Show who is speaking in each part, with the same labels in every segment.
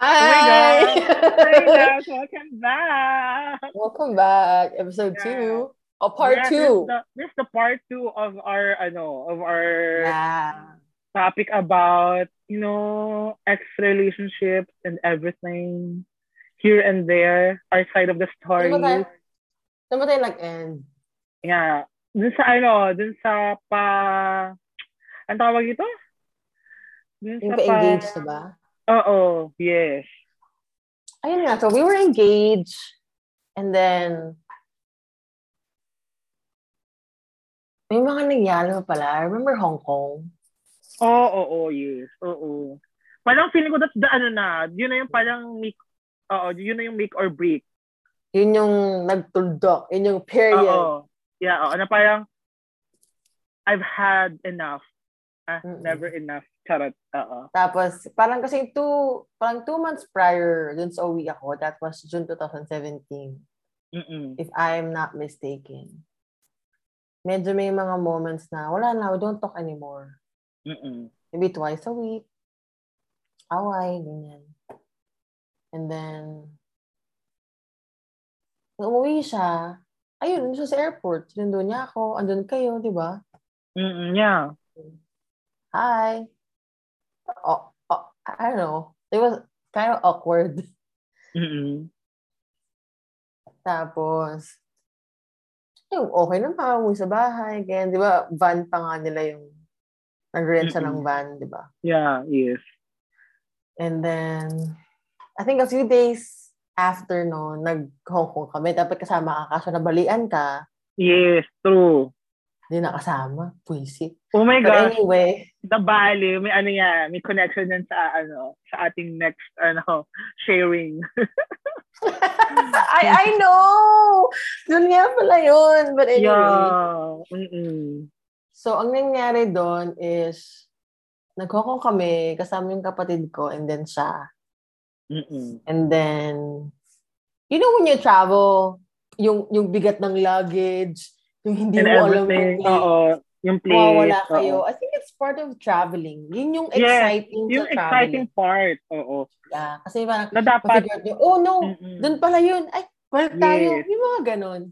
Speaker 1: Hi!
Speaker 2: Hey guys, welcome back.
Speaker 1: Welcome back. Episode
Speaker 2: Yeah.
Speaker 1: 2. Oh, part
Speaker 2: Yeah,
Speaker 1: 2.
Speaker 2: This, the, this the part two of our ano of our
Speaker 1: Yeah.
Speaker 2: topic about you know ex relationships and everything here and there, our side of the story.
Speaker 1: Saan ba tayo? Saan ba tayo nag-end?
Speaker 2: Yeah. Dun sa ano, dun sa pa ang tawag ito? Dun
Speaker 1: Yung
Speaker 2: sa
Speaker 1: pa-engaged,
Speaker 2: pa-
Speaker 1: diba?
Speaker 2: Oo, yes.
Speaker 1: Ayun nga. So, we were engaged. And then, may mga nangyari pa pala. Remember Hong Kong?
Speaker 2: Oo, oo, yes. Oo. Parang feeling ko that's the ano na, yun na yung parang make, oo, yun na yung make or break.
Speaker 1: Yun yung nagtundok. Yun yung period.
Speaker 2: Oo. Yeah, oo. Na parang, I've had enough. Ah,
Speaker 1: Mm-mm.
Speaker 2: never enough. Charot. Oo.
Speaker 1: Tapos, parang kasi two, parang two months prior dun sa uwi ako, that was June 2017.
Speaker 2: Mm-mm.
Speaker 1: if I'm not mistaken. Medyo may mga moments na, wala na, we don't talk anymore.
Speaker 2: Mm-mm.
Speaker 1: Maybe twice a week. Away, ganyan. And then, nung umuwi siya, ayun, nandun siya sa airport. Sinundo niya ako, andun kayo, di ba?
Speaker 2: Mm-mm. Yeah.
Speaker 1: Hi. Oh, oh, I don't know. It was kind of awkward.
Speaker 2: Mm-mm.
Speaker 1: Tapos, yung okay na pa, umuwi sa bahay, ganyan, di ba, van pa nga nila yung, nag-rent siya ng
Speaker 2: Mm-mm.
Speaker 1: van, di ba?
Speaker 2: Yeah, yes.
Speaker 1: And then, I think a few days after no, nag-Hong Kong kami, dapat kasama ka, kaso nabalian ka,
Speaker 2: Yes, true.
Speaker 1: hindi nakasama, puisi.
Speaker 2: Oh my
Speaker 1: But
Speaker 2: gosh,
Speaker 1: anyway,
Speaker 2: the value, may ano yan, may connection yan sa ano, sa ating next ano, sharing.
Speaker 1: I, I know! Doon nga pala yun. But anyway,
Speaker 2: Yeah. Mm-mm.
Speaker 1: So, ang nangyari doon is, nag-Hong Kong kami, kasama yung kapatid ko, and then siya.
Speaker 2: Mm-mm.
Speaker 1: And then, you know when you travel, yung yung bigat ng luggage, yung hindi
Speaker 2: And
Speaker 1: mo alam
Speaker 2: everything.
Speaker 1: yung
Speaker 2: Oo. Yung place.
Speaker 1: mawawala
Speaker 2: oo.
Speaker 1: kayo. I think it's part of traveling. Yun yung
Speaker 2: Yes,
Speaker 1: exciting
Speaker 2: Yung
Speaker 1: sa
Speaker 2: exciting
Speaker 1: traveling.
Speaker 2: part. Oo.
Speaker 1: Yeah. Kasi parang,
Speaker 2: Na dapat,
Speaker 1: mafigure nyo, oh no,
Speaker 2: Mm-mm.
Speaker 1: dun pala yun. Ay, balik tayo.
Speaker 2: Mm. Yes.
Speaker 1: Yung mga ganon.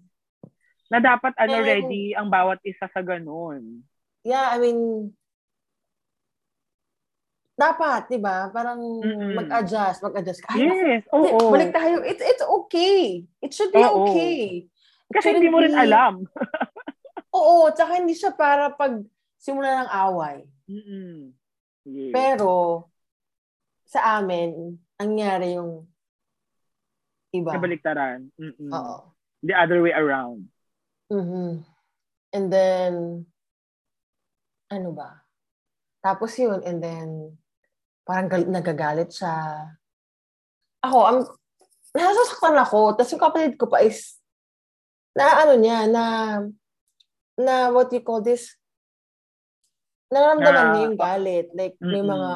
Speaker 2: na dapat ano
Speaker 1: Pero-
Speaker 2: ready ang bawat isa sa ganun.
Speaker 1: Yeah, I mean, dapat, di ba? Parang
Speaker 2: Mm-mm.
Speaker 1: mag-adjust, mag-adjust. Ay, naku,
Speaker 2: Yes, oo.
Speaker 1: balik tayo. It's, it's okay. It should be
Speaker 2: Oo.
Speaker 1: okay. It
Speaker 2: Kasi hindi
Speaker 1: shouldn't
Speaker 2: mo rin
Speaker 1: be-
Speaker 2: alam.
Speaker 1: Oo, tsaka hindi siya para pag simula ng away.
Speaker 2: Mm-mm. Yes.
Speaker 1: Pero sa amin, nangyari yung iba.
Speaker 2: Kabaliktaran. Mm-mm.
Speaker 1: Oo.
Speaker 2: The other way around.
Speaker 1: Mhm. And then, ano ba? Tapos yun, and then, parang gal- nagagalit siya. Ako, I'm, nasasaktan ako. Tapos yung kapatid ko pa is, na ano niya, na, na what you call this, nararamdaman
Speaker 2: Na-
Speaker 1: niya yung galit. Like, may
Speaker 2: Mm-mm.
Speaker 1: mga,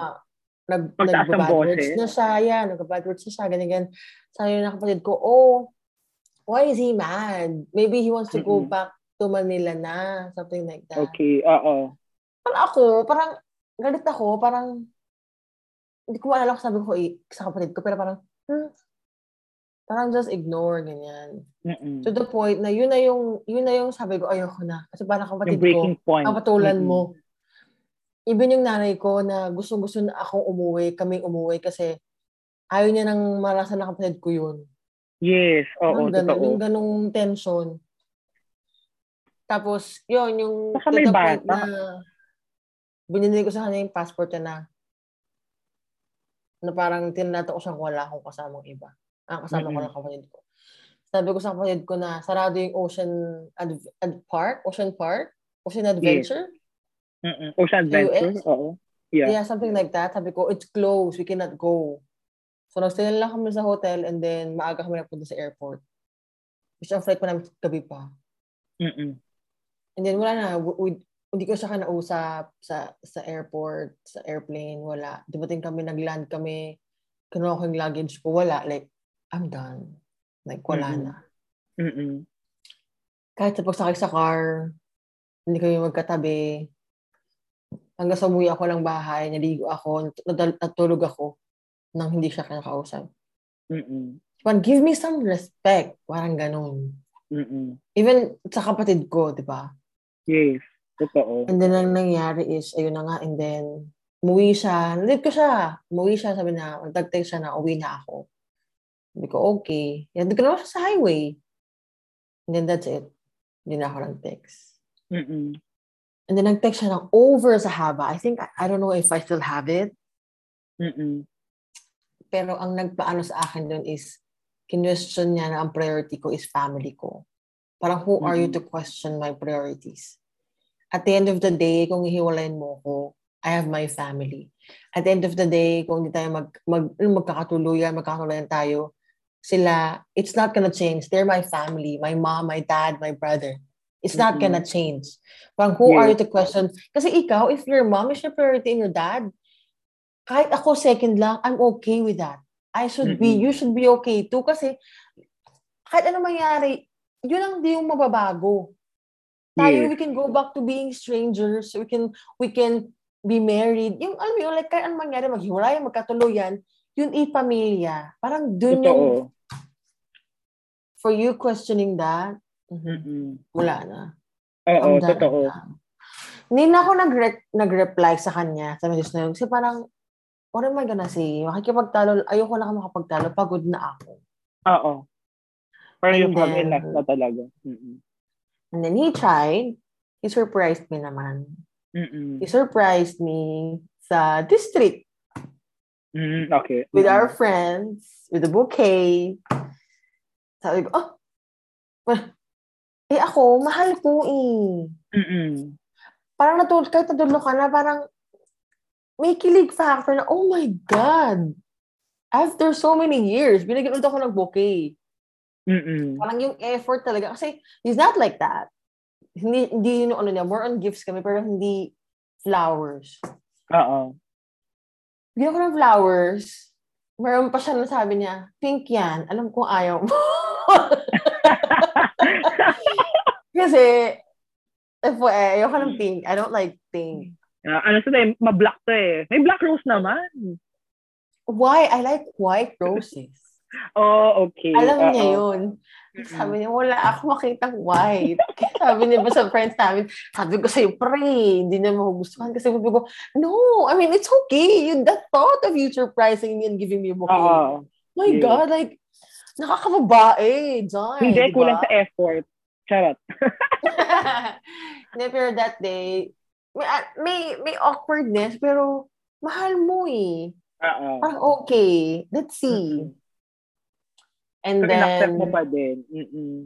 Speaker 1: nag,
Speaker 2: Pagtaas ng
Speaker 1: nag-bad words
Speaker 2: boses.
Speaker 1: na siya, yan, nag-bad words na siya, ganyan, ganyan. Sabi ng kapatid ko, oh, why is he mad? Maybe he wants to go
Speaker 2: Mm-mm.
Speaker 1: back to Manila na, something like that.
Speaker 2: Okay, oo.
Speaker 1: Parang ako, parang, galit ako, parang, hindi ko maalala kung sabi ko eh, sa kapatid ko, pero parang, hmm, parang just ignore, ganyan.
Speaker 2: Mm-mm.
Speaker 1: To the point na yun na yung, yun na yung sabi ko, ayoko na. Kasi parang
Speaker 2: Yung
Speaker 1: kapatid ko,
Speaker 2: breaking point.
Speaker 1: ang patulan mo.
Speaker 2: Mm-mm.
Speaker 1: Even yung nanay ko na gusto-gusto na akong umuwi, kaming umuwi kasi ayaw niya nang marasan ng kapatid ko yun.
Speaker 2: Yes,
Speaker 1: Parang
Speaker 2: oo,
Speaker 1: ganun,
Speaker 2: totoo.
Speaker 1: yung ganung tension. Tapos, yun, yung
Speaker 2: Baka
Speaker 1: to
Speaker 2: may
Speaker 1: the point
Speaker 2: bata.
Speaker 1: na binili ko sa kanya yung passport niya na na parang tinato ko siyang wala akong kasamang iba. Ang kasama ko
Speaker 2: Mm-mm.
Speaker 1: lang kapatid ko. Sabi ko sa kapatid ko na sarado yung Ocean Ad- Ad- Park, Ocean Park, Ocean Adventure.
Speaker 2: Mm-mm. Ocean Adventure,
Speaker 1: US?
Speaker 2: oo. Yeah.
Speaker 1: Yeah, something like that. Sabi ko, it's closed. We cannot go. So, nagstay lang kami sa hotel and then maaga kami napunta sa airport. Which ang flight pa namin gabi pa.
Speaker 2: Mm-mm.
Speaker 1: And then wala na, w- w- hindi ko siya kanausap sa sa airport, sa airplane, wala. Dumating kami, nag-land kami, kinuha ko yung luggage ko, wala. Like, I'm done. Like, wala
Speaker 2: Mhm.
Speaker 1: na.
Speaker 2: Mm-mm.
Speaker 1: Kahit sa pagsakay sa car, hindi kami magkatabi. Hanggang sa umuwi ako ng bahay, naligo ako, nat- natulog ako. nang hindi siya kinakausap.
Speaker 2: Mm-mm.
Speaker 1: Parang, give me some respect. Parang ganun.
Speaker 2: Mm-mm.
Speaker 1: Even sa kapatid ko, di ba?
Speaker 2: Yes. Totoo.
Speaker 1: And then, ang nangyari is, ayun na nga, and then, umuwi siya. Nalip ko siya. Umuwi siya, sabi na, magtagtag siya na, uwi na ako. Hindi ko, okay. Yan, ko naman siya sa highway. And then, that's it. Hindi na ako nag-text.
Speaker 2: Mm-mm.
Speaker 1: And then, nag-text siya ng over sa haba. I think, I, I don't know if I still have it.
Speaker 2: Mm-mm.
Speaker 1: Pero, ang nagpaano sa akin doon is, kinwestiyon niya na ang priority ko is family ko. Parang, who are you to
Speaker 2: Mhm.
Speaker 1: question my priorities? At the end of the day, kung hihiwalayin mo ko, I have my family. At the end of the day, kung hindi tayo mag, mag, magkakatuluyan, magkakatuluyan tayo, sila, it's not gonna change. They're my family, my mom, my dad, my brother. It's not
Speaker 2: Mhm.
Speaker 1: gonna change. Parang who are
Speaker 2: Yeah.
Speaker 1: you to question? Kasi ikaw, if your mom is your priority and your dad, kahit ako second lang, I'm okay with that. I should be,
Speaker 2: Mhm.
Speaker 1: you should be okay too. Kasi kahit ano mangyari, yun ang di yung mababago tayo
Speaker 2: Yes.
Speaker 1: we can go back to being strangers we can we can be married yung alam mo yun like kahit anong mangyari maghiwalay magkatuluyan yun i-pamilya parang dun yung
Speaker 2: Totoo.
Speaker 1: for you questioning that mhm,
Speaker 2: Mm-mm.
Speaker 1: wala na Ang
Speaker 2: Oo,
Speaker 1: dami
Speaker 2: totoo.
Speaker 1: na. hindi na ako nagre- nag-reply sa kanya sa message na yun kasi parang what am I gonna say makikipagtalo ayoko na ako makapagtalo pagod na ako
Speaker 2: Oo.
Speaker 1: And
Speaker 2: Parang you have
Speaker 1: then-
Speaker 2: enough na talaga. Mm-mm.
Speaker 1: and then he tried he surprised me naman
Speaker 2: Mm-mm.
Speaker 1: he surprised me sa district
Speaker 2: Mm, okay.
Speaker 1: with
Speaker 2: Mm-mm.
Speaker 1: our friends, with a bouquet. Sabi ko, oh, well, eh ako, mahal ko eh.
Speaker 2: Mm-mm.
Speaker 1: Parang natulog, kahit natulog ka na, parang may kilig factor na, oh my God, after so many years, binigyan ulit ako ng bouquet.
Speaker 2: Mm-mm.
Speaker 1: Parang yung effort talaga, kasi he's not like that. Hindi, hindi yun yung ano niya, more on gifts kami, pero hindi flowers.
Speaker 2: Oo.
Speaker 1: Bigyan ko ng flowers, meron pa siya na sabi niya, pink yan, alam kong ayaw mo. Kasi, FYI, ayoko ng pink. I don't like pink.
Speaker 2: Ah, ano sa tayo, ma-black to eh. May black rose naman.
Speaker 1: Why? I like white roses.
Speaker 2: Oh, okay.
Speaker 1: Alam
Speaker 2: Oo.
Speaker 1: niya yun. Sabi niya, wala ako makitang white. Kaya sabi niya ba sa friends namin, sabi ko sa'yo, pre, hindi niya magugustuhan. Kasi sabi ko, no, I mean, it's okay. You, the thought of you surprising me and giving me a bouquet.
Speaker 2: Oo.
Speaker 1: My
Speaker 2: yeah.
Speaker 1: God, like, nakakababae, John.
Speaker 2: Hindi,
Speaker 1: di ba?
Speaker 2: kulang sa effort. Charot.
Speaker 1: Hindi, pero that day, may, ah, may, may awkwardness, pero mahal mo eh.
Speaker 2: Oo.
Speaker 1: Parang okay, let's see.
Speaker 2: Mm-mm.
Speaker 1: And
Speaker 2: So, Mm-hmm. in-accept
Speaker 1: then,
Speaker 2: mo pa din. Mm-mm.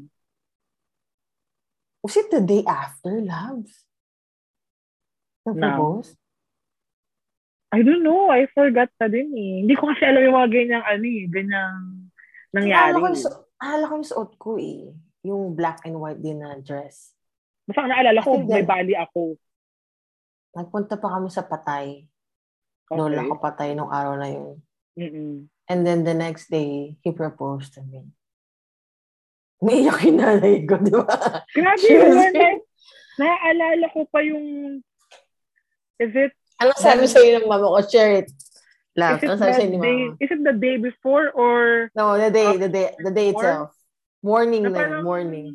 Speaker 1: was it the day after, loves? Nag-propose?
Speaker 2: I don't know. I forgot na din eh. Hindi ko kasi alam yung mga ganyang ano eh. Ganyang nangyari.
Speaker 1: Akala ko, yung, su- akala ko yung suot ko eh. Yung black and white din na dress.
Speaker 2: Basta ang naalala ko,
Speaker 1: I think
Speaker 2: may
Speaker 1: that-
Speaker 2: bali ako.
Speaker 1: Nagpunta pa kami sa patay.
Speaker 2: Okay.
Speaker 1: Lola ko patay nung araw na yun.
Speaker 2: Mm-mm.
Speaker 1: And then the next day, he proposed to me. Umiiyak yung nanay ko, di ba?
Speaker 2: Grabe
Speaker 1: Cheers.
Speaker 2: yun. eh. Naaalala ko pa yung... Is it
Speaker 1: Ano sabi sa'yo ng mama ko? Share it.
Speaker 2: Is
Speaker 1: Love.
Speaker 2: it,
Speaker 1: Ano sabi
Speaker 2: that
Speaker 1: sa'yo ni
Speaker 2: day,
Speaker 1: mama?
Speaker 2: is it the day before or...
Speaker 1: No, the day, the day, the day
Speaker 2: Or-
Speaker 1: itself. Morning
Speaker 2: na
Speaker 1: na yun,
Speaker 2: parang-
Speaker 1: morning.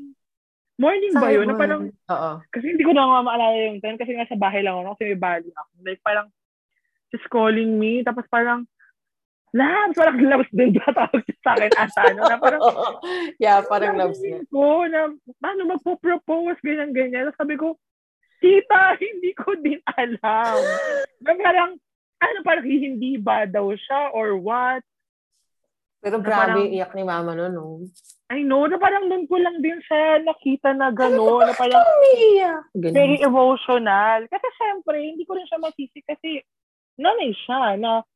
Speaker 2: Morning ba yun? Na parang,
Speaker 1: Oo.
Speaker 2: kasi hindi ko na nga maalala yung time kasi nga sa bahay lang ako kasi may bali ako. Like parang, she's calling me tapos parang, Labs, parang labs din ba tawag siya sa akin ata, no? Na parang,
Speaker 1: yeah, parang
Speaker 2: "Sabi
Speaker 1: loves niya.
Speaker 2: ko na, paano magpo-propose, ganyan-ganyan. Tapos sabi ko, tita, hindi ko din alam. na parang, ano, parang hindi ba daw siya or what?
Speaker 1: Pero grabe,
Speaker 2: parang-
Speaker 1: iyak ni mama nun, no?
Speaker 2: I know, na parang doon ko lang din siya nakita na gano'n, na parang
Speaker 1: Umiiyak!
Speaker 2: very
Speaker 1: Ganun.
Speaker 2: emotional. Kasi syempre, hindi ko rin siya masisi kasi nanay siya na,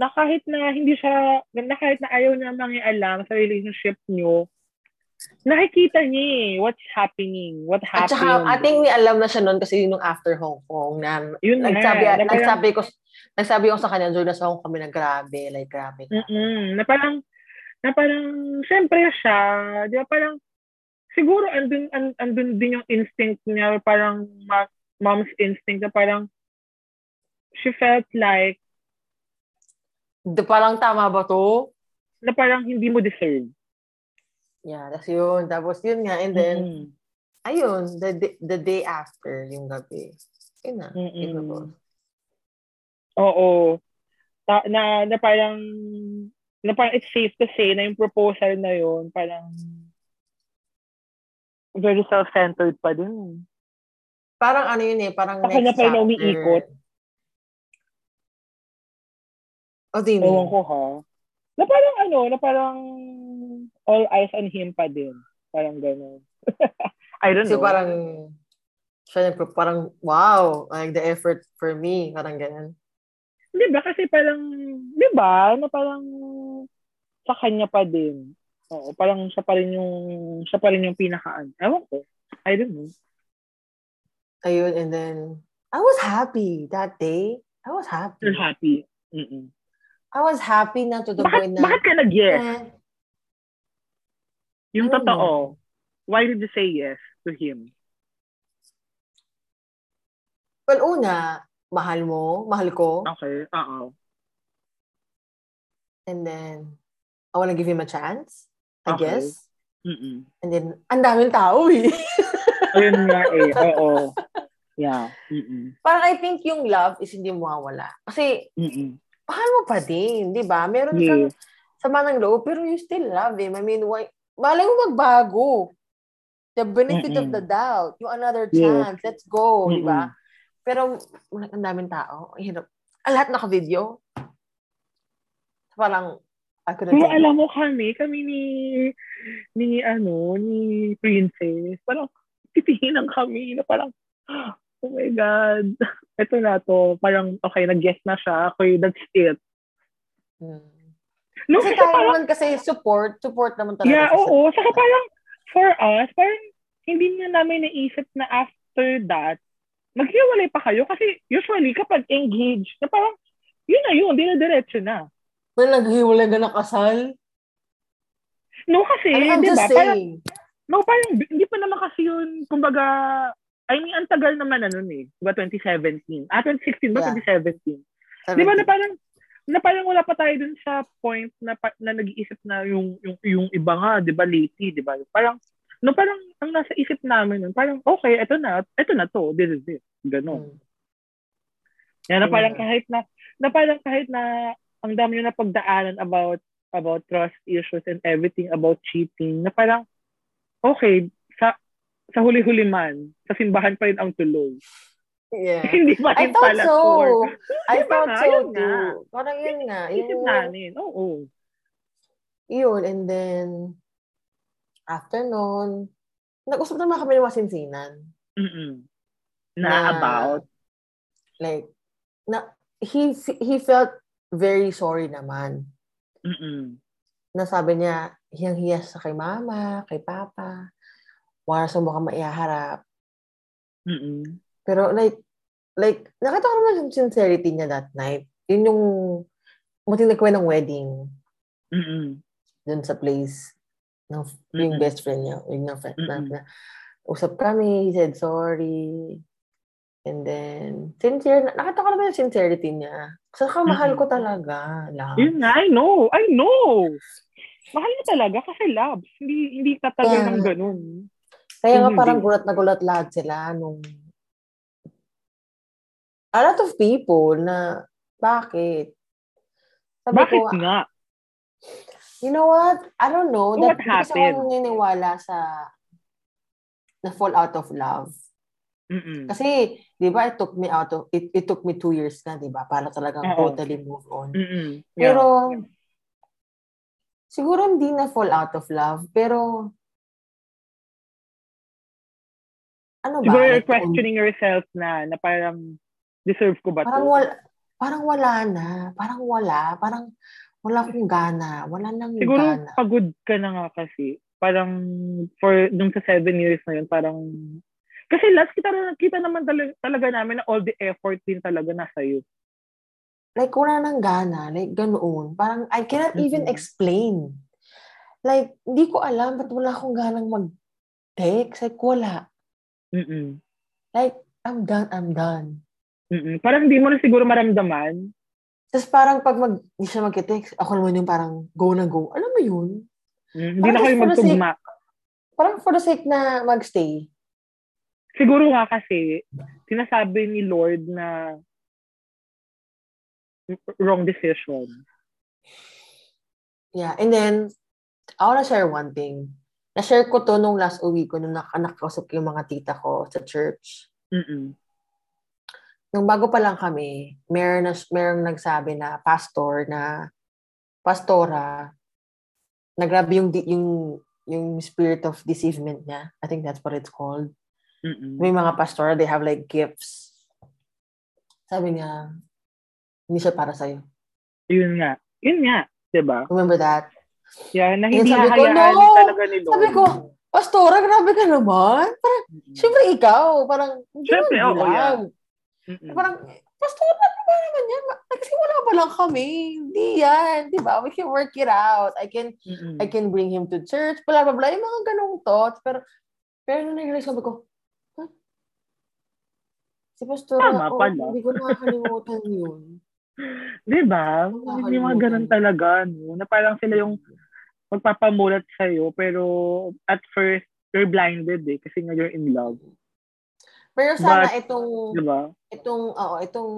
Speaker 2: na kahit na hindi siya, na kahit na ayaw niya mangialam sa relationship niyo, nakikita niya eh, what's happening, what
Speaker 1: At
Speaker 2: happened.
Speaker 1: saka, I think may alam na siya nun kasi yun yung after Hong Kong na
Speaker 2: yun na,
Speaker 1: nagsabi,
Speaker 2: Eh, na parang-
Speaker 1: nagsabi ko, nagsabi ko sa kanya, Jordan, sa Hong Kong kami na grabe, like grabe. ka."
Speaker 2: Mm-mm, na parang, na parang, syempre siya, di ba parang, siguro andun, an- andun din yung instinct niya, parang ma- mom's instinct na parang, she felt like,
Speaker 1: d- parang tama ba to?
Speaker 2: Na parang hindi mo deserve.
Speaker 1: Yeah, that's yun. Tapos yun nga. And then,
Speaker 2: Mm-mm.
Speaker 1: ayun, the, d- the day after yung gabi. Yun na.
Speaker 2: Mm-mm.
Speaker 1: yun na po.
Speaker 2: Oo. Ta- na, na parang, na parang it's safe to say na yung proposal na yun, parang, very self-centered pa din.
Speaker 1: Parang ano yun eh, parang
Speaker 2: Saka na
Speaker 1: next
Speaker 2: pa
Speaker 1: chapter.
Speaker 2: yun na umiikot.
Speaker 1: O, Oh, di
Speaker 2: Ewan
Speaker 1: mo.
Speaker 2: ko ha. Na parang ano, na parang all eyes on him pa din. Parang gano'n. I don't
Speaker 1: Kasi
Speaker 2: know.
Speaker 1: parang, siya nagpro- parang, wow, like the effort for me, parang ganyan.
Speaker 2: Di ba? Kasi parang, di ba? Na parang sa kanya pa din. Oo, parang siya pa rin yung, siya pa rin yung pinakaan. Ewan ko. I don't know.
Speaker 1: Ayun, and then, I was happy that day. I was happy.
Speaker 2: You're happy. Mm-mm.
Speaker 1: I was happy na to the point
Speaker 2: Bakit,
Speaker 1: na,
Speaker 2: bakit ka nag-yes?
Speaker 1: eh,
Speaker 2: Yung
Speaker 1: I don't
Speaker 2: totoo. Why did you say yes to him?
Speaker 1: well, una, mahal mo, mahal ko,
Speaker 2: Okay, oo.
Speaker 1: and then, I wanna give him a chance, I
Speaker 2: Okay.
Speaker 1: guess.
Speaker 2: Mm-mm.
Speaker 1: And then, ang daming tao eh.
Speaker 2: Ayun nga eh. Oo. Yeah. Mm-mm.
Speaker 1: parang I think yung love is hindi mawawala. Kasi,
Speaker 2: Mm-mm.
Speaker 1: mahal mo pa din, di ba? Meron kang
Speaker 2: Yes.
Speaker 1: sama ng loob, pero you still love him. I mean, why? Malay mo magbago. The benefit of
Speaker 2: Mm-mm.
Speaker 1: the doubt. Yung another
Speaker 2: Yes.
Speaker 1: chance. Let's go, di ba?
Speaker 2: Mm-mm.
Speaker 1: Pero, ang daming tao. Ang hirap. Ang lahat naka-video. Parang, I couldn't
Speaker 2: Pero
Speaker 1: take it.
Speaker 2: alam mo kami, kami ni, ni ano, ni Princess, parang titihinan kami na parang, oh my God, eto na to. Parang, okay, nag-guess na siya. Okay, that's it.
Speaker 1: Hmm.
Speaker 2: No,
Speaker 1: Kasi
Speaker 2: kasi
Speaker 1: tayo
Speaker 2: parang,
Speaker 1: naman kasi support, support naman talaga.
Speaker 2: yeah,
Speaker 1: sa-
Speaker 2: oo. Saka parang, for us, parang, hindi na namin naisip na after that, maghiwalay pa kayo. Kasi usually, kapag engaged, na parang, yun na yun, dinadiretso na.
Speaker 1: Well, naghiwalay ka na kasal.
Speaker 2: No, kasi,
Speaker 1: I'm
Speaker 2: Eh, di
Speaker 1: just
Speaker 2: ba, parang,
Speaker 1: saying.
Speaker 2: No, parang hindi pa naman kasi yun, kumbaga, I mean, ang tagal naman na nun eh. Diba 2017? Ah, 2016 ba?
Speaker 1: Yeah.
Speaker 2: 2017. Di ba na parang, na parang wala pa tayo dun sa point na, pa- na nag-iisip na yung, yung, yung iba nga, di ba, lately, di ba? Parang, no, parang ang nasa isip namin nun, parang, okay, eto na, eto na to, this is it. Ganon.
Speaker 1: Hmm.
Speaker 2: Yan, na
Speaker 1: Ayun
Speaker 2: parang
Speaker 1: nga.
Speaker 2: kahit na, na parang kahit na ang dami na napagdaanan about about trust issues and everything about cheating, na parang, okay, sa sa huli-huli man, sa simbahan pa rin ang tuloy.
Speaker 1: Yeah.
Speaker 2: Hindi pa
Speaker 1: I
Speaker 2: rin
Speaker 1: thought
Speaker 2: pala sure.
Speaker 1: so. I
Speaker 2: Diba
Speaker 1: thought
Speaker 2: nga?
Speaker 1: so
Speaker 2: Yun nga.
Speaker 1: too. Parang yun nga.
Speaker 2: Isip
Speaker 1: Yung,
Speaker 2: namin, oo.
Speaker 1: yun, and then, after nun, nag-usap naman kami ng masinsinan.
Speaker 2: Mm-mm. Na, about.
Speaker 1: Like, na, he, he felt very sorry naman.
Speaker 2: Mm-mm.
Speaker 1: Nasabi niya, hiyang hiya sa kay mama, kay papa. Wala sa mukhang maiharap.
Speaker 2: Mm-mm.
Speaker 1: Pero like, like, nakita ko naman yung sincerity niya that night. Yun yung, matindi ko ng wedding.
Speaker 2: Mm-mm.
Speaker 1: dun sa place ng yung
Speaker 2: Mm-mm.
Speaker 1: best friend niya, yung ng friend na,
Speaker 2: Mm-mm.
Speaker 1: na usap kami, he said sorry. And then, sincere, na- nakita ko naman yung sincerity niya. Saka mahal ko
Speaker 2: Mm-mm.
Speaker 1: talaga. Love.
Speaker 2: Yun nga, I know. I know. Mahal na talaga kasi loves. Hindi, hindi tatagal
Speaker 1: Yeah.
Speaker 2: ng ganun.
Speaker 1: Kaya nga
Speaker 2: Mhm.
Speaker 1: parang gulat na gulat lahat sila nung a lot of people na bakit? Sabi
Speaker 2: Bakit
Speaker 1: ko,
Speaker 2: nga?
Speaker 1: you know what? I don't know.
Speaker 2: So what
Speaker 1: because
Speaker 2: happened?
Speaker 1: ako naniniwala sa na fall out of love.
Speaker 2: Mm-mm.
Speaker 1: Kasi, di ba, it took me out of, it, it took me two years na, di ba, para talagang
Speaker 2: Oo.
Speaker 1: totally move on.
Speaker 2: Mm-mm. Yeah.
Speaker 1: Pero, siguro hindi na fall out of love, pero, ano ba?
Speaker 2: Siguro you're
Speaker 1: Like,
Speaker 2: questioning yourself na, na parang, deserve ko ba to?
Speaker 1: Parang wala, parang wala na. Parang wala. Parang wala akong gana. Wala nang
Speaker 2: Siguro,
Speaker 1: gana.
Speaker 2: pagod ka na nga kasi. Parang, for, nung sa seven years na yun, parang, kasi last kita, kita naman talaga, talaga namin na all the effort din talaga nasa iyo.
Speaker 1: Like, wala nang gana. Like, ganoon. Parang, I cannot even
Speaker 2: Mhm.
Speaker 1: explain. Like, hindi ko alam ba't wala akong ganang mag-text. Like, wala.
Speaker 2: Mm-mm.
Speaker 1: Like, I'm done, I'm done.
Speaker 2: Mm-mm. Parang hindi mo na siguro maramdaman
Speaker 1: Tapos parang pag mag, di siya magte-text, ako naman yung parang go na go. Alam mo yun?
Speaker 2: Mm, Hindi na
Speaker 1: Parang
Speaker 2: kayo
Speaker 1: for the sake-
Speaker 2: magtugma.
Speaker 1: Parang for the sake na magstay.
Speaker 2: Siguro nga kasi, sinasabi ni Lord na wrong decision.
Speaker 1: Yeah. And then, I wanna share one thing. Na-share ko to nung last uwi ko nung nak- nakakausap ko yung mga tita ko sa church.
Speaker 2: Mm-mm.
Speaker 1: nung bago pa lang kami, meron na, merong nagsabi na pastor na pastora nagrabe yung di- yung yung spirit of deceivement niya. I think that's what it's called.
Speaker 2: Mm-mm.
Speaker 1: May mga pastora, they have like gifts. Sabi niya, hindi siya para sa'yo.
Speaker 2: Yun nga. Yun nga. diba? 'di ba?
Speaker 1: Remember that?
Speaker 2: Yeah, na
Speaker 1: Yun,
Speaker 2: hindi
Speaker 1: sabi ko,
Speaker 2: hahayaan
Speaker 1: no!
Speaker 2: talaga ni Lord.
Speaker 1: Sabi ko, pastora, grabe ka naman. Parang,
Speaker 2: Mm-mm.
Speaker 1: syempre ikaw, parang, hindi
Speaker 2: Syempre,
Speaker 1: mo
Speaker 2: oo, yeah.
Speaker 1: alam.
Speaker 2: Mm-mm.
Speaker 1: Parang, pastora, ano ba naman yan? Ma- Nagsimula pa lang kami. Hindi yan. Di ba? We can work it out. I can,
Speaker 2: Mm-mm.
Speaker 1: I can bring him to church. Blah, blah, blah. Yung mga ganong thoughts. Pero, pero nung nag-realize ko, sabi ko, huh? Si pastora,
Speaker 2: Tama
Speaker 1: oo,
Speaker 2: pala.
Speaker 1: hindi ko nakakalimutan yun.
Speaker 2: Di ba? Hindi mga ganun talaga, no? Na parang sila yung magpapamulat sa'yo, pero at first, you're blinded eh, kasi nga you're in love. diba?
Speaker 1: Pero sana
Speaker 2: But-
Speaker 1: itong,
Speaker 2: Di ba?
Speaker 1: itong, oo, itong,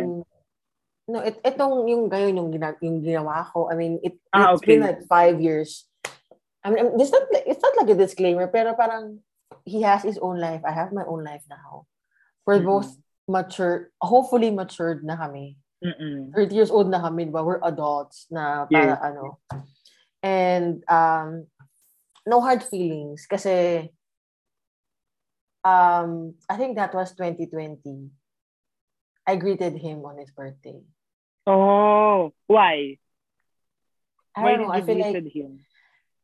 Speaker 1: I mean, no, it, itong yung gayon yung, gina, yung ginawa ko. I mean, it,
Speaker 2: Ah,
Speaker 1: it's
Speaker 2: okay.
Speaker 1: been like five years. I mean, it's not, like- it's not like a disclaimer, pero parang he has his own life. I have my own life now. We're
Speaker 2: Mhm.
Speaker 1: both mature, hopefully matured na kami.
Speaker 2: Mm-mm.
Speaker 1: 30 years old na kami, di ba? We're adults na para
Speaker 2: Yes.
Speaker 1: ano. And um, no hard feelings kasi um, I think that was 2020. I greeted him on his birthday.
Speaker 2: Oh, why?
Speaker 1: I
Speaker 2: Why
Speaker 1: don't know, I
Speaker 2: did
Speaker 1: feel
Speaker 2: you
Speaker 1: like,
Speaker 2: visit him?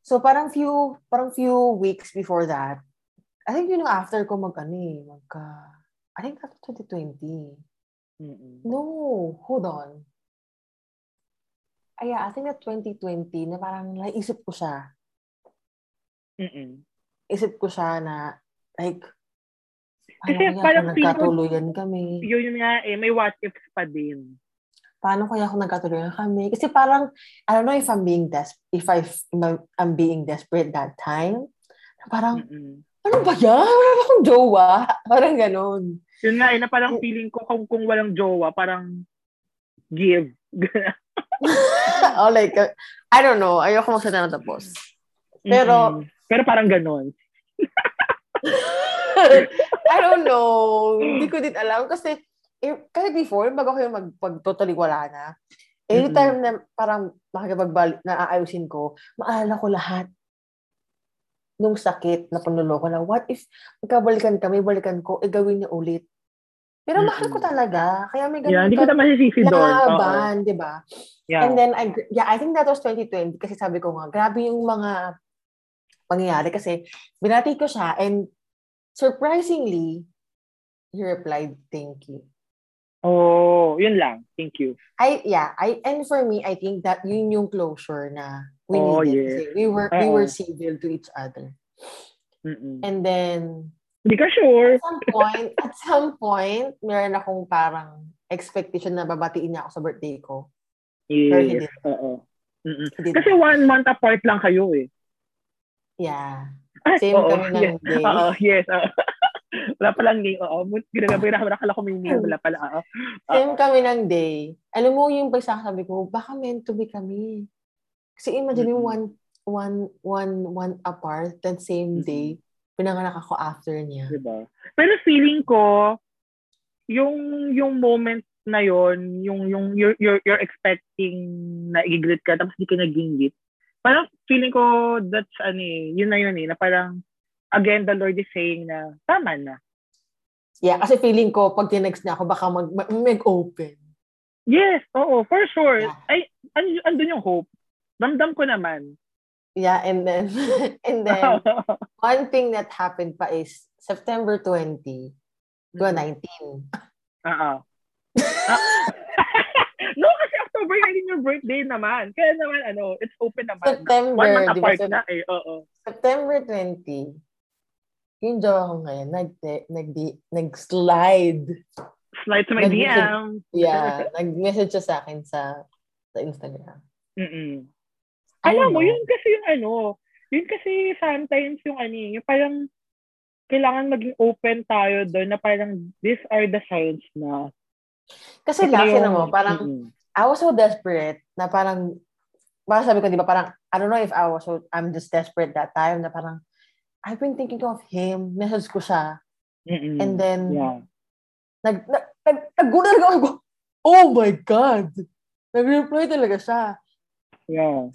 Speaker 1: so parang few, parang few weeks before that, I think yun yung after ko mag, ano eh, magka, I think that was 2020.
Speaker 2: Mm-mm.
Speaker 1: No, hold on. Ay, yeah, I think that 2020 na parang naisip ko siya.
Speaker 2: Mm-mm.
Speaker 1: Isip ko siya na like paano
Speaker 2: Kasi
Speaker 1: kaya
Speaker 2: parang
Speaker 1: kung
Speaker 2: feeling ko-
Speaker 1: nagkatuloyan kami?
Speaker 2: Yun yun nga eh, may what ifs pa din.
Speaker 1: Paano kaya kung nagkatuloyan kami? Kasi parang I don't know if I'm being des if I I'm being desperate that time. Na Parang
Speaker 2: Mm-mm.
Speaker 1: ano ba yan? Wala ba akong jowa? Parang ganun.
Speaker 2: Yun nga eh, na parang feeling ko kung, kung walang jowa, parang give.
Speaker 1: oh, like, uh, I don't know. Ayoko magsalita na tapos. Pero-
Speaker 2: Mm-mm. pero parang ganun.
Speaker 1: I don't know. Hindi ko din alam. Kasi, eh, kahit before, bago kayo magpag totally wala na, anytime na parang makakapagbalik, na aayusin ko, maalala ko lahat nung sakit na panluloko na, what if magkabalikan kami, balikan ko, eh gawin niya ulit. Pero mahal ko
Speaker 2: Mm-mm.
Speaker 1: talaga. Kaya may ganun
Speaker 2: Yeah, hindi ko
Speaker 1: ka-
Speaker 2: na masisisi doon. Oo.
Speaker 1: laban, di ba?
Speaker 2: Yeah.
Speaker 1: And then, I, gr- yeah, I think that was 2020 kasi sabi ko nga, grabe yung mga pangyayari kasi binati ko siya and surprisingly, he replied, thank you.
Speaker 2: Oh, yun lang. Thank you.
Speaker 1: I, yeah, I, and for me, I think that yun yung closure na we
Speaker 2: Oh,
Speaker 1: needed.
Speaker 2: yeah.
Speaker 1: Kasi we were, we
Speaker 2: Oo.
Speaker 1: were civil to each other.
Speaker 2: Mm-mm.
Speaker 1: And then,
Speaker 2: Hindi ka sure.
Speaker 1: at some point, at some point, meron akong parang expectation na babatiin niya ako sa birthday ko. Pero hindi.
Speaker 2: Yes. Oo. Mm-mm.
Speaker 1: Hindi
Speaker 2: Kasi
Speaker 1: naman.
Speaker 2: one month apart lang kayo eh.
Speaker 1: yeah.
Speaker 2: Ay,
Speaker 1: Same
Speaker 2: oo,
Speaker 1: kami ng
Speaker 2: yes.
Speaker 1: day.
Speaker 2: Oo, yes. oo. wala palang game. Oo, ginagabi na nakala ko may name. Wala pala. Oo. Ah.
Speaker 1: Same kami ng day. Alam mo yung pagsasabi ko, baka meant to be kami. Kasi imagine yung one, one, one, one apart, that same
Speaker 2: Mhm.
Speaker 1: day, pinanganak ako after niya.
Speaker 2: Diba? Pero feeling ko, yung yung moment na yon yung yung you're, you're, you're expecting na iglit ka tapos hindi ka nagingit parang feeling ko that's ano eh, yun na yun eh na parang again the Lord is saying na tama na
Speaker 1: Yeah, kasi feeling ko, pag tinext niya ako, baka mag, mag- mag-open.
Speaker 2: yes oo for sure
Speaker 1: Yeah.
Speaker 2: ay and, andun yung hope damdam ko naman
Speaker 1: Yeah, and then, and then, one thing that happened pa is, September 20, 2019.
Speaker 2: Oo. Ah. no, kasi October 19 yung birthday naman. Kaya naman, ano, it's open naman. One
Speaker 1: September,
Speaker 2: month
Speaker 1: di ba?
Speaker 2: apart na eh, oo.
Speaker 1: September 20, yung jowa ko ngayon, nag, nag, nag, nag-slide
Speaker 2: slide to my
Speaker 1: Nag-
Speaker 2: DM.
Speaker 1: Yeah, nag-message siya sa akin sa, sa Instagram.
Speaker 2: Mm-mm. Alam mo,
Speaker 1: Ano?
Speaker 2: yun kasi yung ano, yun kasi sometimes yung ano, eh, yung parang kailangan maging open tayo doon na parang these are the signs na.
Speaker 1: Kasi
Speaker 2: Ito
Speaker 1: laki
Speaker 2: yung-
Speaker 1: na mo, parang,
Speaker 2: Mm-mm.
Speaker 1: I was so desperate na parang, parang sabi ko, di ba, parang, I don't know if I was so, I'm just desperate that time na parang, I've been thinking of him, message ko siya,
Speaker 2: Mm-mm.
Speaker 1: and then,
Speaker 2: Mm, yeah.
Speaker 1: nag, nag, nag, nagulat ako, Sabi ko, oh my God! Nag-reply talaga siya.
Speaker 2: Yeah.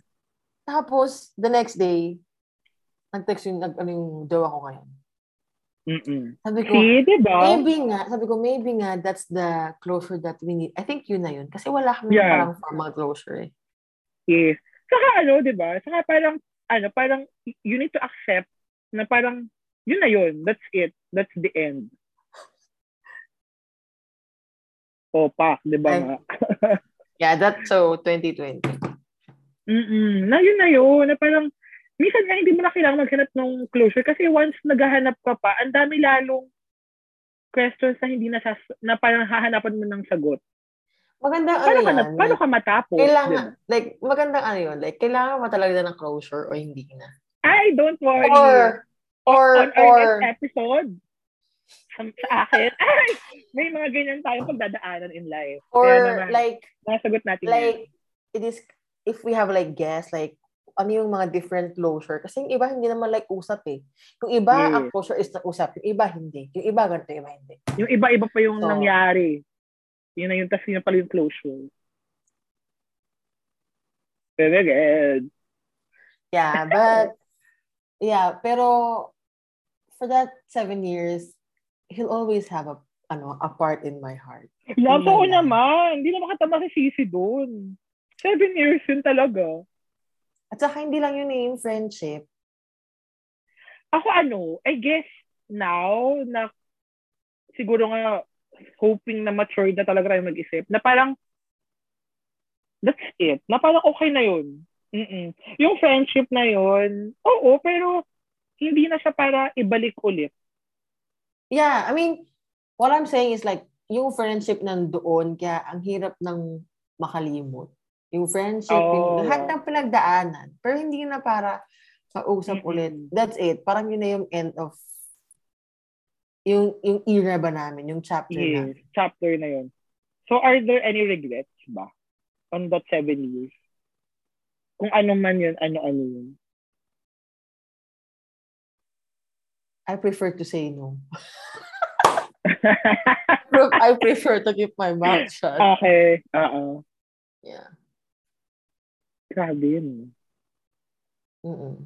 Speaker 1: Tapos, the next day, nag-text yung, nag, ano yung jowa ko ngayon.
Speaker 2: Mm-mm.
Speaker 1: Sabi ko,
Speaker 2: See, di ba?
Speaker 1: maybe nga, sabi ko, maybe nga, that's the closure that we need. I think yun na yun. Kasi wala kami
Speaker 2: Yeah.
Speaker 1: parang formal closure eh.
Speaker 2: Yes. Saka ano, di ba? Saka parang, ano, parang you need to accept na parang, yun na yun. That's it. That's the end. Opak, di ba
Speaker 1: Ay.
Speaker 2: nga?
Speaker 1: Yeah, that's so 2020.
Speaker 2: Mm-mm. Na yun na yun. Na parang, minsan nga hindi mo na kailangan maghanap ng closure kasi once naghahanap ka pa, ang dami lalong questions na hindi na, na parang hahanapan mo ng sagot.
Speaker 1: Maganda ano
Speaker 2: Paano ka, na,
Speaker 1: yan,
Speaker 2: paano
Speaker 1: like,
Speaker 2: ka matapos?
Speaker 1: kailangan,
Speaker 2: diba?
Speaker 1: like, magandang ano yun, like, kailangan ba talaga ng closure or hindi na?
Speaker 2: Ay, don't worry.
Speaker 1: Or, or,
Speaker 2: on
Speaker 1: or,
Speaker 2: our next episode, sa, sa akin, ay, may mga ganyan tayong pagdadaanan in life.
Speaker 1: or,
Speaker 2: Kaya naman,
Speaker 1: like,
Speaker 2: nasagot natin yan.
Speaker 1: like it is if we have like guests like ano yung mga different closure kasi yung iba hindi naman like usap eh yung iba
Speaker 2: Yes.
Speaker 1: ang closure is na usap yung iba hindi yung iba ganito yung iba hindi
Speaker 2: Yung iba-iba pa yung
Speaker 1: So,
Speaker 2: nangyari. Yun na yung tas yun pala yung closure. Very good.
Speaker 1: yeah but yeah pero for that seven years he'll always have a ano a part in my heart
Speaker 2: Love
Speaker 1: Yun
Speaker 2: ko
Speaker 1: lang.
Speaker 2: naman. Hindi naman katama si Sisi doon. Seven years yun talaga.
Speaker 1: at saka hindi lang yun eh, yung friendship
Speaker 2: Ako ano, I guess now na siguro nga hoping na matured na talaga tayo mag-isip na parang that's it. Na parang okay na yun. Mm-mm. Yung friendship na yun, oo, pero hindi na siya para ibalik ulit.
Speaker 1: yeah I mean what I'm saying is like yung friendship nandoon kaya ang hirap ng makalimot yung friendship
Speaker 2: Oh,
Speaker 1: yung lahat
Speaker 2: yeah.
Speaker 1: ng pinagdaanan pero hindi na para kausap
Speaker 2: Mm-mm.
Speaker 1: ulit that's it parang yun na yung end of yung yung era ba namin yung chapter na
Speaker 2: Yes, chapter na yun. So are there any regrets ba on that seven years? Kung ano man yun, ano-ano yun.
Speaker 1: I prefer to say no I prefer to keep my mouth
Speaker 2: Oh.
Speaker 1: shut
Speaker 2: okay, oo.
Speaker 1: yeah
Speaker 2: Grabe yun.
Speaker 1: mm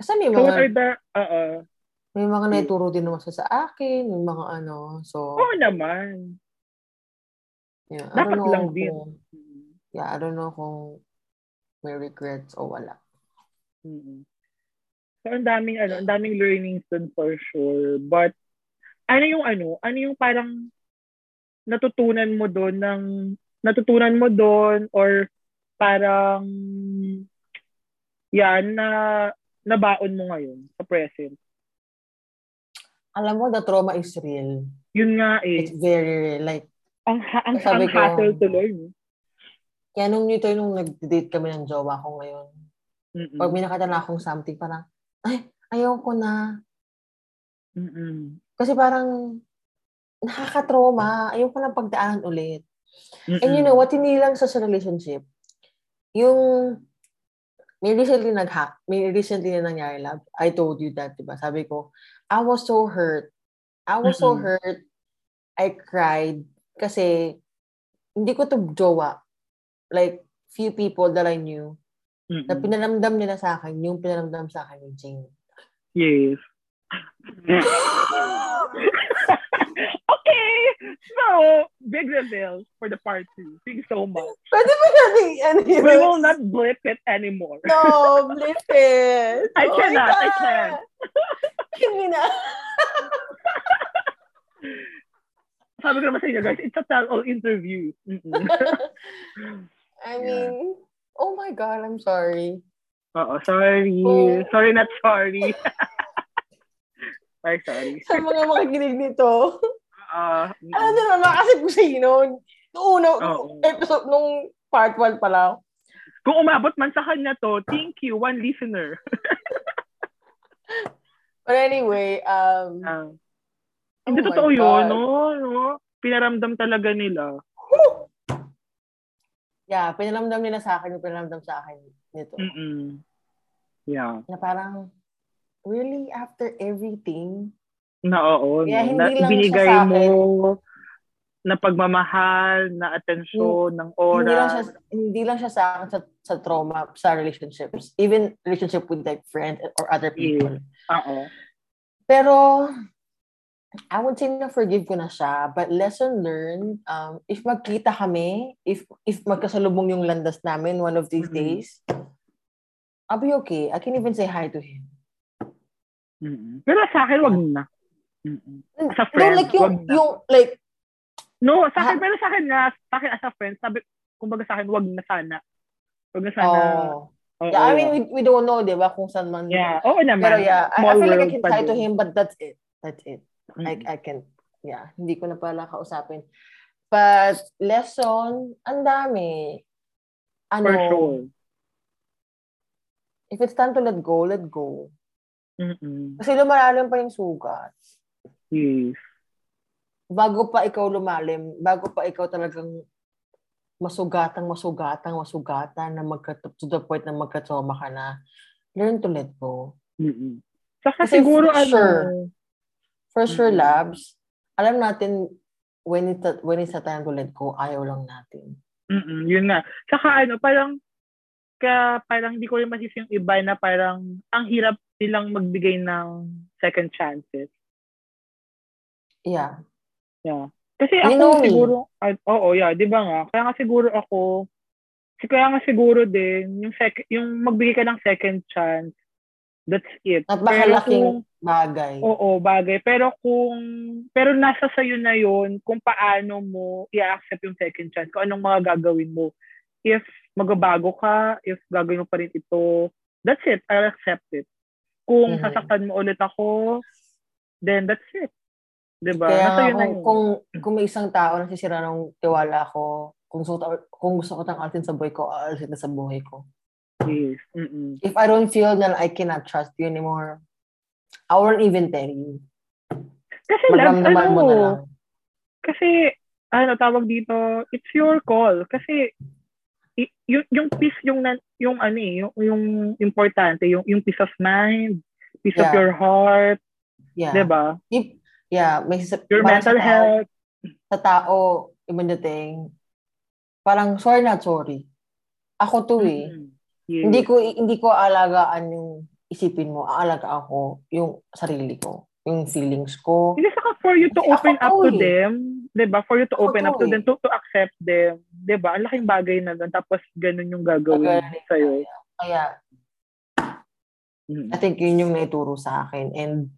Speaker 1: kasi may
Speaker 2: So what are
Speaker 1: mga
Speaker 2: the, oo.
Speaker 1: may mga
Speaker 2: Mm.
Speaker 1: naituro din naman siya sa akin may mga ano so
Speaker 2: Oo naman.
Speaker 1: Yeah, I
Speaker 2: Oh, Dapat
Speaker 1: don't know
Speaker 2: lang
Speaker 1: kung,
Speaker 2: din. Mm-hmm.
Speaker 1: Yeah, I don't know kung may regrets o wala.
Speaker 2: Mm-mm. Mm-hmm. So ang daming ano, ang daming learnings dun for sure. But ano yung ano, ano yung parang natutunan mo doon ng natutunan mo doon or parang yan na nabaon mo ngayon sa present.
Speaker 1: Alam mo, the trauma is real.
Speaker 2: Yun nga
Speaker 1: It's
Speaker 2: eh.
Speaker 1: very real. Like,
Speaker 2: Ang ha- ang,
Speaker 1: Sabi
Speaker 2: ang
Speaker 1: ko-
Speaker 2: hassle tuloy. no?
Speaker 1: kaya nung nito, nung nag-date kami ng jowa ko ngayon,
Speaker 2: Mm-mm.
Speaker 1: pag may nakita na akong something, parang, ay, ayaw ko na.
Speaker 2: Mm-mm.
Speaker 1: Kasi parang, nakaka-trauma. Ayaw ko na pagdaanan ulit.
Speaker 2: Mm-mm.
Speaker 1: And you know what, hindi lang sa sa relationship. Yung, may recently nag may recently na nangyari lab. I told you that, diba? Sabi ko, I was so hurt. I was so
Speaker 2: Mhm.
Speaker 1: hurt. I cried kasi hindi ko to jowa. Like, few people that I knew
Speaker 2: Mm-mm.
Speaker 1: na pinaramdam nila sa akin, yung pinaramdam sa akin ni Jane.
Speaker 2: Yes. okay. So, big reveal for the part two. Thank you so much.
Speaker 1: Pwede ba natin, ano
Speaker 2: We
Speaker 1: yun?
Speaker 2: will not blip it anymore.
Speaker 1: No, blip it.
Speaker 2: I
Speaker 1: Oh my
Speaker 2: cannot, I
Speaker 1: God.
Speaker 2: can't.
Speaker 1: Hindi na.
Speaker 2: Sabi ko naman sa inyo, guys, it's a tell-all interview. Mm-mm.
Speaker 1: I mean, oh my God, I'm sorry.
Speaker 2: Oo, sorry.
Speaker 1: Oh.
Speaker 2: Sorry, not sorry. Sorry, sorry.
Speaker 1: Sa mga makikinig nito.
Speaker 2: ah,
Speaker 1: Ano din naman, kasi kung sino, noong una,
Speaker 2: Oo.
Speaker 1: episode, nung part 1 pa lang,
Speaker 2: kung umabot man sa kanya to, thank you, one listener.
Speaker 1: But anyway, um,
Speaker 2: Ah.
Speaker 1: oh
Speaker 2: Hindi
Speaker 1: my
Speaker 2: totoo
Speaker 1: God.
Speaker 2: yun, no? no? Pinaramdam talaga nila.
Speaker 1: Whew! Yeah, pinalamdam nila sa akin yung pinalamdam sa akin nito.
Speaker 2: Hmm. Mm-mm. Yeah.
Speaker 1: Na parang, really, after everything?
Speaker 2: Na oo.
Speaker 1: Kaya
Speaker 2: no?
Speaker 1: hindi
Speaker 2: na,
Speaker 1: lang siya
Speaker 2: binigay
Speaker 1: sa akin.
Speaker 2: mo na pagmamahal, na atensyon, ng oras.
Speaker 1: Hindi lang siya, hindi lang siya sa akin sa, sa trauma, sa relationships. Even relationship with like friends or other people.
Speaker 2: Oo.
Speaker 1: Pero, I would say na forgive ko na siya. But lesson learned, um, if magkita kami, if if magkasalubong yung landas namin one of these
Speaker 2: Mhm.
Speaker 1: days, I'll be okay. I can even say hi to him.
Speaker 2: Mm-mm. Pero sa akin, wag na. Mm-mm. As a
Speaker 1: Mm. no,
Speaker 2: friend,
Speaker 1: like yung,
Speaker 2: wag na.
Speaker 1: yung, like,
Speaker 2: No, sa akin,
Speaker 1: Ah.
Speaker 2: pero sa akin nga, sa akin as a friend, sabi, kumbaga sa akin, wag na sana. Wag na sana.
Speaker 1: oh.
Speaker 2: Oo.
Speaker 1: Yeah, I mean, we, we don't know, di ba, kung saan man.
Speaker 2: yeah, oo naman.
Speaker 1: Pero yeah, I, I
Speaker 2: Small
Speaker 1: feel like I
Speaker 2: world
Speaker 1: can
Speaker 2: pa
Speaker 1: tie to
Speaker 2: din. Mm-hmm.
Speaker 1: him, but that's it. That's it.
Speaker 2: Mm-mm.
Speaker 1: Like, I can, yeah, hindi ko na pala kausapin. But, lesson, ang dami. Ano,
Speaker 2: For sure.
Speaker 1: if it's time to let go, let go.
Speaker 2: Mm-mm.
Speaker 1: Kasi lumalalim pa yung sugat.
Speaker 2: Yes.
Speaker 1: Bago pa ikaw lumalim, bago pa ikaw talagang masugatang, masugatang, masugatan na magka, to the point na magka-trauma ka na, learn to let go.
Speaker 2: Mm-mm. Saka
Speaker 1: Kasi
Speaker 2: siguro,
Speaker 1: for
Speaker 2: ano,
Speaker 1: sure. For sure,
Speaker 2: Mhm.
Speaker 1: labs, alam natin when it's, when it's the time to let go, ayaw lang natin.
Speaker 2: Mm-mm, yun nga. Saka ano, parang ka parang hindi ko rin masisi yung iba na parang ang hirap nilang magbigay ng second chances.
Speaker 1: Yeah.
Speaker 2: Yeah. Kasi
Speaker 1: You
Speaker 2: ako
Speaker 1: know me.
Speaker 2: siguro, ay, oo, yeah, 'di ba nga? Kaya nga siguro ako si- kaya nga siguro din yung sec, yung magbigay ka ng second chance. That's it.
Speaker 1: At
Speaker 2: Pero kung-
Speaker 1: makalaking bagay.
Speaker 2: Oo, bagay. Pero kung, pero nasa sa'yo na yon kung paano mo i-accept yung second chance, kung anong mga gagawin mo. If magbabago ka, if gagawin mo pa rin ito, that's it. I'll accept it. Kung
Speaker 1: Mhm.
Speaker 2: sasaktan mo ulit ako, then that's it. Diba?
Speaker 1: Kaya
Speaker 2: nasa
Speaker 1: nga,
Speaker 2: yun na
Speaker 1: kung,
Speaker 2: yun.
Speaker 1: kung, kung may isang tao na sisira ng tiwala ko, kung gusto, ko- kung gusto ko tang altin sa buhay ko, aalsin na sa buhay ko.
Speaker 2: Yes. Mm-mm.
Speaker 1: If I don't feel na I cannot trust you anymore, I won't even tell you.
Speaker 2: Kasi lang,
Speaker 1: Magramdaman
Speaker 2: ano,
Speaker 1: mo na lang.
Speaker 2: kasi ano tawag dito, it's your call kasi y- yung yung peace yung nan- yung ano eh, yung, yung importante, yung yung peace of mind, peace of
Speaker 1: Yeah.
Speaker 2: your heart,
Speaker 1: Yeah.
Speaker 2: 'di ba?
Speaker 1: If- yeah, may isa-
Speaker 2: Diba? Your
Speaker 1: parang
Speaker 2: mental
Speaker 1: sa tao-
Speaker 2: health.
Speaker 1: Sa tao, ibang dating, parang sorry not sorry. Ako to eh.
Speaker 2: Mm. Yes.
Speaker 1: Hindi ko hindi ko alagaan yung isipin mo, aalagaan ko yung sarili ko, yung feelings ko.
Speaker 2: Hindi saka for you to
Speaker 1: Kasi
Speaker 2: open
Speaker 1: ako
Speaker 2: up
Speaker 1: to
Speaker 2: to
Speaker 1: eh.
Speaker 2: them, 'di ba? For you to
Speaker 1: Ako
Speaker 2: open up
Speaker 1: to
Speaker 2: to
Speaker 1: eh.
Speaker 2: them, to, to accept them, 'di ba? Ang laking bagay na doon tapos ganun yung gagawin
Speaker 1: Gagaling
Speaker 2: sa iyo.
Speaker 1: Kaya
Speaker 2: Mm-hmm.
Speaker 1: I think yun yung naituro sa akin and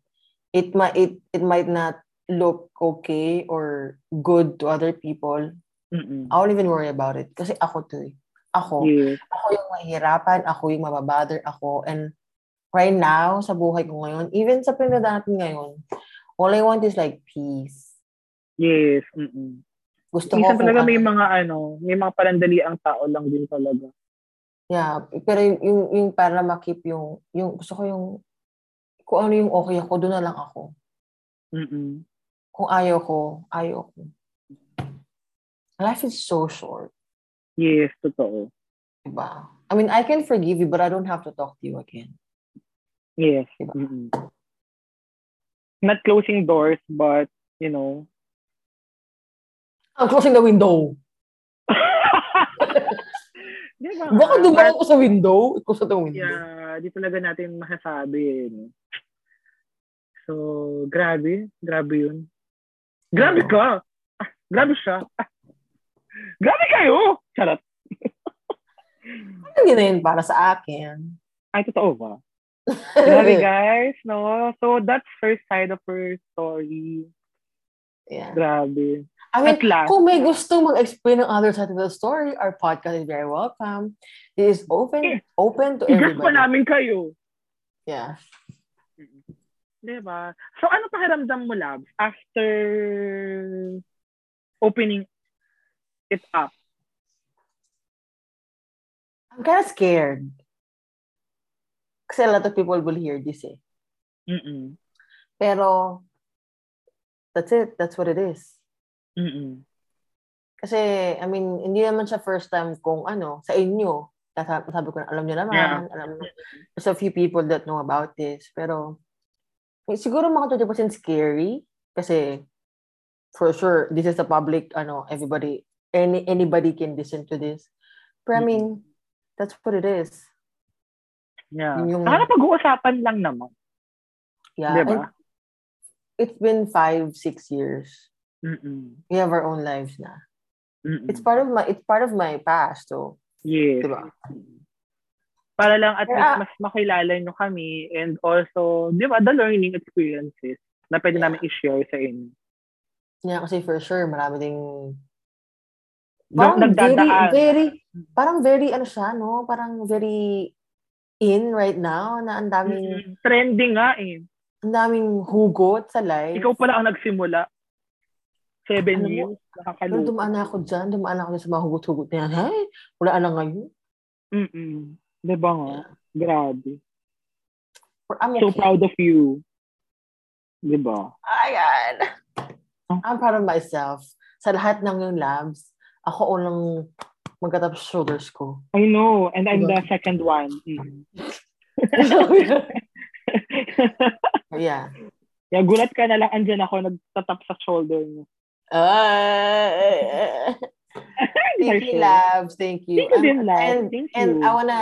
Speaker 1: it might it, it might not look okay or good to other people. I won't even worry about it kasi ako to eh. Ako.
Speaker 2: Mm-hmm. Yes.
Speaker 1: Ako yung mahirapan, ako yung mababother ako and right now sa buhay ko ngayon, even sa pinagdaanan natin ngayon, all I want is like peace.
Speaker 2: Yes. Mm-mm.
Speaker 1: Gusto ko
Speaker 2: Minsan
Speaker 1: kung
Speaker 2: talaga may
Speaker 1: ano-
Speaker 2: mga ano, may mga parandali ang tao lang din talaga.
Speaker 1: Yeah, pero yung, yung, yung para makip yung, yung gusto ko yung, kung ano yung okay ako, doon na lang ako.
Speaker 2: Mm-mm.
Speaker 1: Kung ayaw ko, ayaw ko. Life is so short,
Speaker 2: Yes, totoo.
Speaker 1: diba? I mean, I can forgive you, but I don't have to talk to you again.
Speaker 2: Yes.
Speaker 1: Diba?
Speaker 2: Mm-mm. Not closing doors, but, you know.
Speaker 1: I'm closing the window.
Speaker 2: diba?
Speaker 1: Baka doon
Speaker 2: But,
Speaker 1: ako sa window. Close the window.
Speaker 2: Yeah, di talaga natin masasabi. eh, no? So, grabe. Grabe yun. Grabe ka! Ah, grabe siya! Ah, grabe kayo! Charot.
Speaker 1: Ano yun na yun para sa akin?
Speaker 2: Ay, totoo ba? Grabe guys, no? So, that's first side of her story.
Speaker 1: yeah.
Speaker 2: Grabe.
Speaker 1: I mean,
Speaker 2: At last.
Speaker 1: Kung may gusto mag-explain ng other side of the story, our podcast is very welcome. It is open open to
Speaker 2: I-guess pa
Speaker 1: everybody.
Speaker 2: namin kayo.
Speaker 1: Yeah.
Speaker 2: Diba? So, ano pakiramdam mo, love, after opening it up?
Speaker 1: I'm kind of scared. Kasi a lot of people will hear this eh.
Speaker 2: Mm-mm.
Speaker 1: Pero, that's it. That's what it is.
Speaker 2: Mm-mm.
Speaker 1: Kasi, I mean, hindi naman siya first time kung ano, sa inyo. Tata- Sabi ko na, alam niyo naman.
Speaker 2: Yeah.
Speaker 1: Alam, there's a few people that know about this. Pero, eh, siguro mga 20% scary. Kasi, for sure, this is a public, ano, everybody, any anybody can listen to this. Pero, I mean, that's what it is.
Speaker 2: Yeah.
Speaker 1: Yun yung-
Speaker 2: Sana pag-uusapan lang naman.
Speaker 1: Yeah.
Speaker 2: Diba?
Speaker 1: And It's been five, six years.
Speaker 2: Mm-mm.
Speaker 1: We have our own lives na.
Speaker 2: Mm-mm.
Speaker 1: It's part of my it's part of my past, oh. so
Speaker 2: Yes.
Speaker 1: 'di ba?
Speaker 2: Para lang at least
Speaker 1: Kaya-
Speaker 2: mas makilala nyo kami and also, di ba, the learning experiences na pwede
Speaker 1: Yeah.
Speaker 2: namin i-share sa inyo.
Speaker 1: Yeah, kasi for sure marami ding
Speaker 2: Nag-
Speaker 1: parang very
Speaker 2: nagdadaan.
Speaker 1: very parang very ano siya, no? Parang very in right now na ang daming
Speaker 2: Mm-mm. Mm, Trending nga eh.
Speaker 1: ang daming hugot sa life.
Speaker 2: Ikaw pala ang nagsimula. Seven
Speaker 1: Alam Ano mo,
Speaker 2: years.
Speaker 1: Pero
Speaker 2: Nakakalungkot.
Speaker 1: dumaan na ako dyan, dumaan ako dyan sa mga hugot-hugot na yan. Hey, wala na ngayon.
Speaker 2: Mm-mm. Di ba nga? Grabe.
Speaker 1: Or I'm okay.
Speaker 2: So proud of you. Diba? Di ba?
Speaker 1: Ayan.
Speaker 2: Oh.
Speaker 1: I'm proud of myself. Sa lahat ng yung labs, ako unang magkatap sugars ko.
Speaker 2: I know. And I'm
Speaker 1: Diba?
Speaker 2: the second one. Mm.
Speaker 1: yeah.
Speaker 2: Kaya gulat ka na lang. Andyan ako. Nagtatap sa shoulder niya.
Speaker 1: Uh, thank you, loves. Thank you.
Speaker 2: Thank you din,
Speaker 1: Um,
Speaker 2: love.
Speaker 1: And,
Speaker 2: Thank you.
Speaker 1: and I wanna,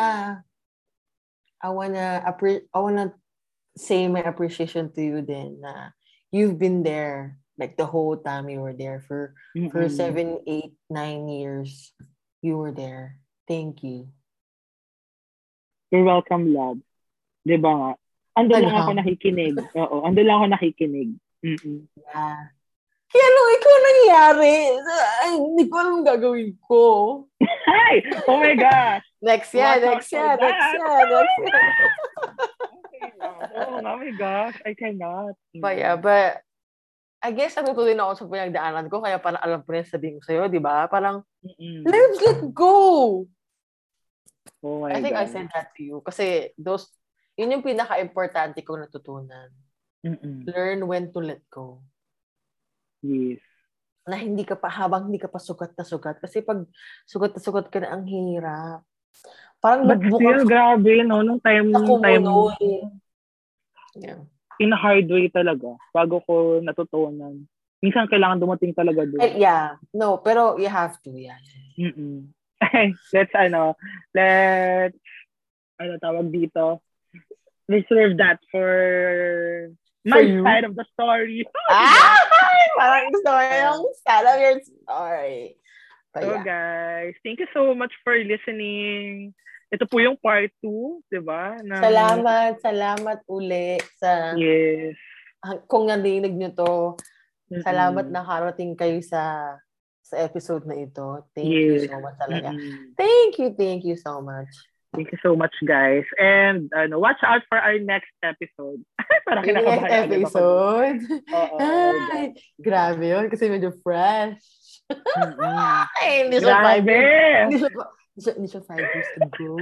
Speaker 1: I wanna, appre- I wanna say my appreciation to you then na you've been there like the whole time you were there for
Speaker 2: Mm-mm.
Speaker 1: for seven, eight, nine years. You were there. Thank you.
Speaker 2: You're welcome, love. Di ba nga? Ando lang
Speaker 1: Alam.
Speaker 2: ako nakikinig. Oo, ando lang ako nakikinig. Mm-mm.
Speaker 1: Yeah. Kaya nung ikaw nangyari, ay, hindi ko alam gagawin ko.
Speaker 2: Hi! Oh my gosh!
Speaker 1: Next year,
Speaker 2: Watch out
Speaker 1: next year,
Speaker 2: for that.
Speaker 1: next year, next year.
Speaker 2: oh, oh my gosh, I cannot.
Speaker 1: But yeah, but I guess ano to din ako sa pinagdaanan ko, kaya parang alam ko na yung sabihin ko sa'yo, di ba? Parang,
Speaker 2: Mm-mm.
Speaker 1: Mm-hmm. let's let go!
Speaker 2: Oh my
Speaker 1: I think I
Speaker 2: gosh.
Speaker 1: said that to you. Kasi those, yun yung pinaka-importante kong natutunan.
Speaker 2: Mm-mm.
Speaker 1: Learn when to let go.
Speaker 2: Yes.
Speaker 1: Na hindi ka pa, habang hindi ka pa sugat na sugat. Kasi pag sugat na sugat ka na, ang hirap. Parang
Speaker 2: But still,
Speaker 1: nagbukas
Speaker 2: grabe, no? Nung time,
Speaker 1: ako
Speaker 2: nung time,
Speaker 1: mo eh. Yeah.
Speaker 2: in a hard way talaga, bago ko natutunan. Minsan kailangan dumating
Speaker 1: Eh,
Speaker 2: talaga doon.
Speaker 1: yeah. No, pero you have to, yeah.
Speaker 2: Mm-mm. let's, ano, let's, ano tawag dito, reserve that for my
Speaker 1: you?
Speaker 2: side of the story.
Speaker 1: Ah! Parang gusto ko yung sad of your story. But
Speaker 2: So
Speaker 1: Oh, yeah.
Speaker 2: guys, thank you so much for listening. Ito po yung part 2, di ba? ng-
Speaker 1: Salamat, salamat uli sa
Speaker 2: Yes.
Speaker 1: kung narinig nyo to.
Speaker 2: Mm-mm.
Speaker 1: Salamat na karating kayo sa sa episode na ito. Thank you
Speaker 2: Yes.
Speaker 1: so much talaga.
Speaker 2: Mm-mm.
Speaker 1: Thank you, thank you so much.
Speaker 2: Thank you so much, guys. And ano, watch out for our next episode. Para
Speaker 1: Yung next
Speaker 2: kinakabahan agad ako.
Speaker 1: episode.
Speaker 2: Oo.
Speaker 1: Ay, grabe yun kasi medyo fresh.
Speaker 2: Mm-mm.
Speaker 1: Ay, hindi siya five
Speaker 2: Grabe!
Speaker 1: years. Hindi siya, hindi siya, hindi siya five years ago.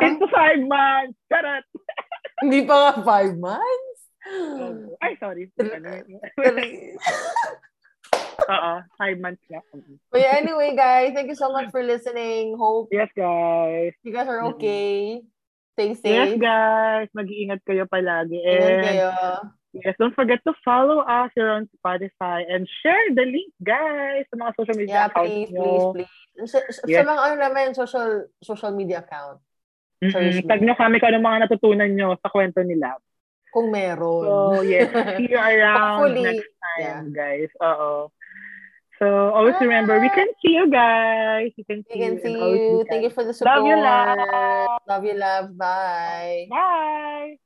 Speaker 2: Eight to five months! Charot!
Speaker 1: Hindi pa nga five months. Mm.
Speaker 2: Ay, sorry. Ano? Oo, five months na. Mm-mm.
Speaker 1: But yeah, anyway, guys, thank you so much for listening. Hope
Speaker 2: Yes, guys.
Speaker 1: you guys are
Speaker 2: Mm-mm.
Speaker 1: okay. Stay
Speaker 2: Yes,
Speaker 1: safe.
Speaker 2: guys. Mag-iingat kayo palagi.
Speaker 1: Ingat
Speaker 2: And
Speaker 1: kayo.
Speaker 2: Yes, don't forget to follow us here on Spotify and share the link, guys, sa mga social media
Speaker 1: Yeah,
Speaker 2: accounts
Speaker 1: please,
Speaker 2: nyo.
Speaker 1: please, please. Sa, sa- sa
Speaker 2: Yes.
Speaker 1: mga ano naman, social social media account,
Speaker 2: Mm-mm.
Speaker 1: Sorry,
Speaker 2: Tag nyo kami kung ano mga natutunan nyo sa kwento nila.
Speaker 1: kung meron.
Speaker 2: So, yes, see you around
Speaker 1: Hopefully,
Speaker 2: next time, guys. Uh-oh. So, always remember, we can see you guys. We can
Speaker 1: we
Speaker 2: see
Speaker 1: can
Speaker 2: you.
Speaker 1: see
Speaker 2: and always
Speaker 1: you.
Speaker 2: we
Speaker 1: Thank you for the support.
Speaker 2: Love you, love.
Speaker 1: Love you, love. Bye.
Speaker 2: Bye!